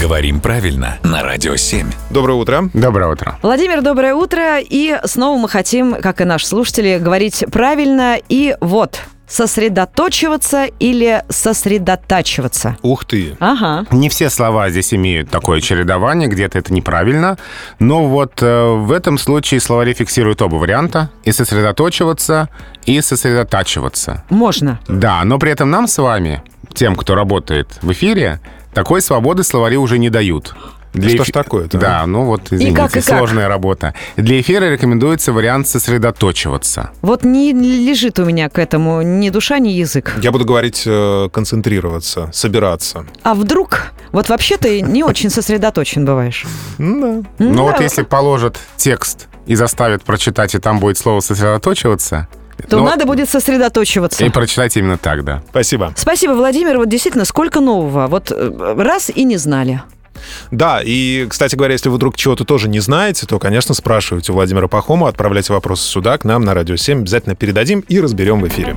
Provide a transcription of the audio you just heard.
Говорим правильно на Радио 7. Доброе утро. Доброе утро. Владимир, доброе утро. И снова мы хотим, как и наши слушатели, говорить правильно. И вот, сосредоточиваться или сосредотачиваться. Ух ты. Ага. Не все слова здесь имеют такое чередование, где-то это неправильно. Но вот э, в этом случае словари фиксируют оба варианта. И сосредоточиваться, и сосредотачиваться. Можно. Да, но при этом нам с вами, тем, кто работает в эфире, такой свободы словари уже не дают. Что ж эфи- такое-то, а? Да, ну вот, извините, как, и как? сложная работа. Для эфира рекомендуется вариант сосредоточиваться. Вот не лежит у меня к этому ни душа, ни язык. Я буду говорить э, концентрироваться, собираться. А вдруг? Вот вообще ты не очень сосредоточен бываешь. М, Да. М, Но Ну да, вот если положат текст и заставят прочитать, и там будет слово «сосредоточиваться», То ну, надо будет сосредоточиваться. И прочитать именно так, да. Спасибо. Спасибо, Владимир. Вот действительно, сколько нового. Вот э, раз и не знали. Да, и, кстати говоря, если вы вдруг чего-то тоже не знаете, то, конечно, спрашивайте у Владимира Пахома, отправляйте вопросы сюда, к нам на Радио 7. Обязательно передадим и разберем в эфире.